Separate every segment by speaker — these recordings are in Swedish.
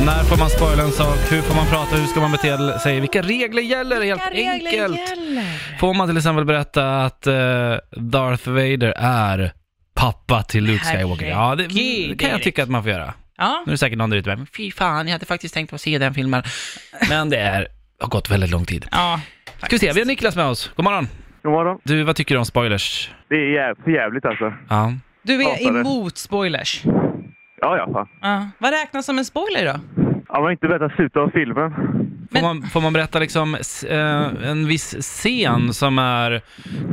Speaker 1: När får man spoila en sak? Hur får man prata? Hur ska man bete sig? Vilka regler gäller helt enkelt?
Speaker 2: gäller?
Speaker 1: Får man till exempel berätta att eh, Darth Vader är pappa till Luke Skywalker? Ja, det, det
Speaker 3: Herregud,
Speaker 1: kan jag
Speaker 3: Erik.
Speaker 1: tycka att man får göra.
Speaker 3: Ja.
Speaker 1: Nu är det säkert någon där ute med, "Men fy fan, jag hade faktiskt tänkt att se den filmen. Men det är, har gått väldigt lång tid.
Speaker 3: ja.
Speaker 1: Ska vi se, vi har Niklas med oss. God morgon.
Speaker 4: God morgon.
Speaker 1: Du, vad tycker du om spoilers?
Speaker 4: Det är jäv- för jävligt alltså.
Speaker 1: Ja.
Speaker 3: Du är
Speaker 4: Hatar det.
Speaker 3: emot spoilers.
Speaker 4: Ja, ja. Fan.
Speaker 3: Ja. Vad räknas som en spoiler då?
Speaker 4: Ja, man har inte berättat slutet av filmen.
Speaker 1: Får,
Speaker 3: Men-
Speaker 1: man, får man berätta liksom s- eh, en viss scen som är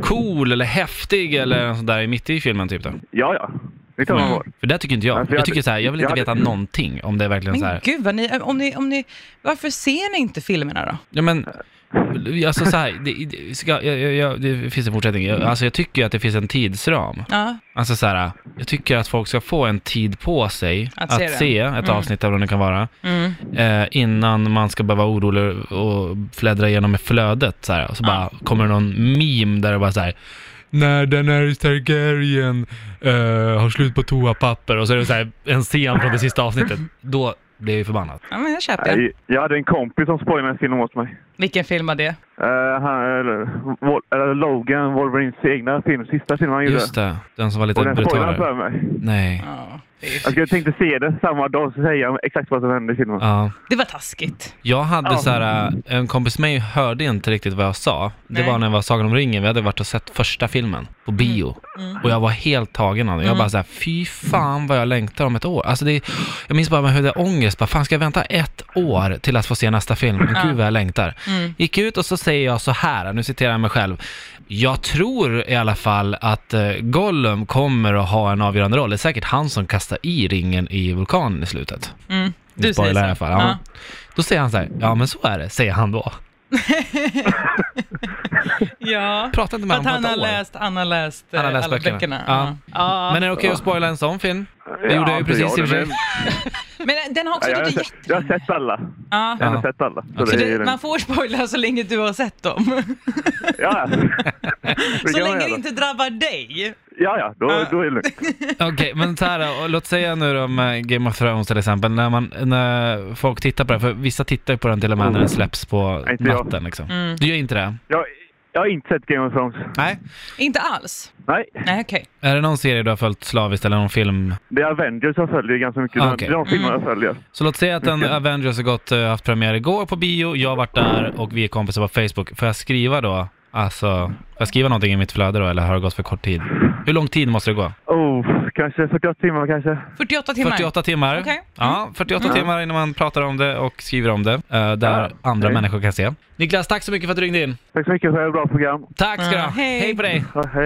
Speaker 1: cool eller häftig eller något sånt där mitt i filmen typ då?
Speaker 4: Ja, ja. Det tar man
Speaker 3: Mm.
Speaker 4: vår.
Speaker 1: För det tycker inte jag.
Speaker 4: Alltså, jag
Speaker 1: Jag
Speaker 4: hade-
Speaker 1: tycker så här, jag vill
Speaker 4: jag
Speaker 1: inte
Speaker 4: hade-
Speaker 1: veta någonting om det är verkligen så
Speaker 3: Men
Speaker 1: här.
Speaker 3: gud, vad ni, om ni, om ni, varför ser ni inte filmerna då?
Speaker 1: Ja men, alltså så här, det, det, ska, jag, jag, jag, det finns en fortsättning.
Speaker 4: Mm.
Speaker 1: Jag, alltså jag tycker ju att det finns en tidsram.
Speaker 3: Ja.
Speaker 1: Alltså så här, jag tycker att folk ska få en tid på sig
Speaker 3: Att
Speaker 1: att,
Speaker 3: se
Speaker 1: se,
Speaker 3: den.
Speaker 1: ett avsnitt av vad det kan vara,
Speaker 3: Mm.
Speaker 1: eh, innan man ska behöva vara orolig och fläddra igenom i flödet så här. Och så bara kommer det någon meme där det bara så här, när Daenerys Targaryen eh, har slut på toapapper och så är det så här en scen från det sista avsnittet. Då blir jag ju förbannad.
Speaker 3: ja, men jag köper det.
Speaker 4: Jag, jag hade en kompis som spoilade en film åt mig.
Speaker 3: Vilken film var det?
Speaker 4: Eh, han, eller, Wol- eller Logan, Wolverines egna film. Sista filmen han gjorde.
Speaker 1: Just det, den som var lite
Speaker 4: Och den spoilade han
Speaker 1: brutalare.
Speaker 4: för mig. Alltså,
Speaker 1: Nej.
Speaker 3: Ja, det,
Speaker 4: Jag
Speaker 3: är,
Speaker 4: skulle tänkte se det samma dag, så säger jag exakt vad som hände i filmen.
Speaker 1: Ja.
Speaker 3: det var taskigt.
Speaker 1: Jag hade
Speaker 4: Ja.
Speaker 1: så här, eh, en kompis med mig hörde inte riktigt vad jag sa.
Speaker 3: Nej.
Speaker 1: Det var när jag var Sagan om ringen, vi hade varit och sett första filmen på bio.
Speaker 3: Mm.
Speaker 1: Och jag var helt tagen av det. Jag bara så här, fy fan vad jag längtar om ett år. Alltså det, jag minns bara hur det ångest, bara, fan ska jag vänta ett år till att få se nästa film? Men gud vad jag längtar.
Speaker 3: Mm.
Speaker 1: Gick ut och så säger jag så här, nu citerar jag mig själv. Jag tror i alla fall att eh, Gollum kommer att ha en avgörande roll. Det är säkert han som kastar i ringen i vulkanen i slutet.
Speaker 3: Mm.
Speaker 1: Spoiler
Speaker 3: Du säger så.
Speaker 1: i alla fall. Ja. Då säger han så här, ja men så är det, säger han då.
Speaker 3: ja.
Speaker 1: Prata inte
Speaker 3: För
Speaker 1: med honom
Speaker 3: att han
Speaker 1: på
Speaker 3: har
Speaker 1: ett år.
Speaker 3: läst, han har läst, eh,
Speaker 1: Han har läst
Speaker 3: alla böckerna.
Speaker 1: böckerna. Ja.
Speaker 3: Ja.
Speaker 1: Men är det okej att spoila en sån film? Det gjorde jag ju
Speaker 4: inte
Speaker 1: precis i och för sig.
Speaker 4: men-
Speaker 3: Men, eh, den har också
Speaker 4: Ja, jag, har
Speaker 3: lite
Speaker 4: sett,
Speaker 3: jätte...
Speaker 4: jag har sett alla.
Speaker 3: Ja.
Speaker 4: Jag har
Speaker 1: Ja.
Speaker 4: sett alla. Så
Speaker 3: Så
Speaker 4: det är
Speaker 3: det,
Speaker 4: den-
Speaker 3: man får spoila så länge du har sett dem.
Speaker 4: Ja, ja. Det
Speaker 3: Så
Speaker 4: kan man
Speaker 3: länge det
Speaker 4: göra.
Speaker 3: inte drabbar dig.
Speaker 4: Ja, ja. Då,
Speaker 3: Ja.
Speaker 4: då är det lugnt.
Speaker 1: Okej, men så här, och låt säga nu om eh, Game of Thrones till exempel, när, man, när folk tittar på den, för vissa tittar ju på den till och med när den släpps på
Speaker 4: Oh. Nej, inte jag.
Speaker 1: natten liksom. Du gör inte det?
Speaker 4: Jag, jag har inte sett Game of Thrones.
Speaker 1: Nej.
Speaker 3: Inte alls?
Speaker 4: Nej.
Speaker 3: Nej, okej.
Speaker 1: Är det någon serie du har följt slaviskt eller någon film?
Speaker 4: Det är Avengers jag följer ganska mycket.
Speaker 1: Ah, okej.
Speaker 4: Det är de filmerna jag följer.
Speaker 1: Så låt säga att en
Speaker 4: Okej.
Speaker 1: Avengers har gått, eh, haft premiär igår på bio, jag har varit där och vi är kompisar på Facebook. Får jag skriva då, alltså, får jag skriva någonting i mitt flöde då eller har det gått för kort tid? Hur lång tid måste det gå?
Speaker 4: Oh, kanske 48 timmar kanske.
Speaker 3: 48 timmar?
Speaker 1: 48 timmar.
Speaker 3: Okej. Mm.
Speaker 1: Ja, 48 timmar innan man pratar om det och skriver om det, eh, där
Speaker 4: Ja.
Speaker 1: andra
Speaker 4: Okej.
Speaker 1: människor kan se. Niklas, tack så mycket för att du ringde in.
Speaker 4: Tack så mycket för ett bra program.
Speaker 1: Tack ska du ha.
Speaker 3: Ja, hej.
Speaker 1: hej på dig.
Speaker 4: Ja, hej.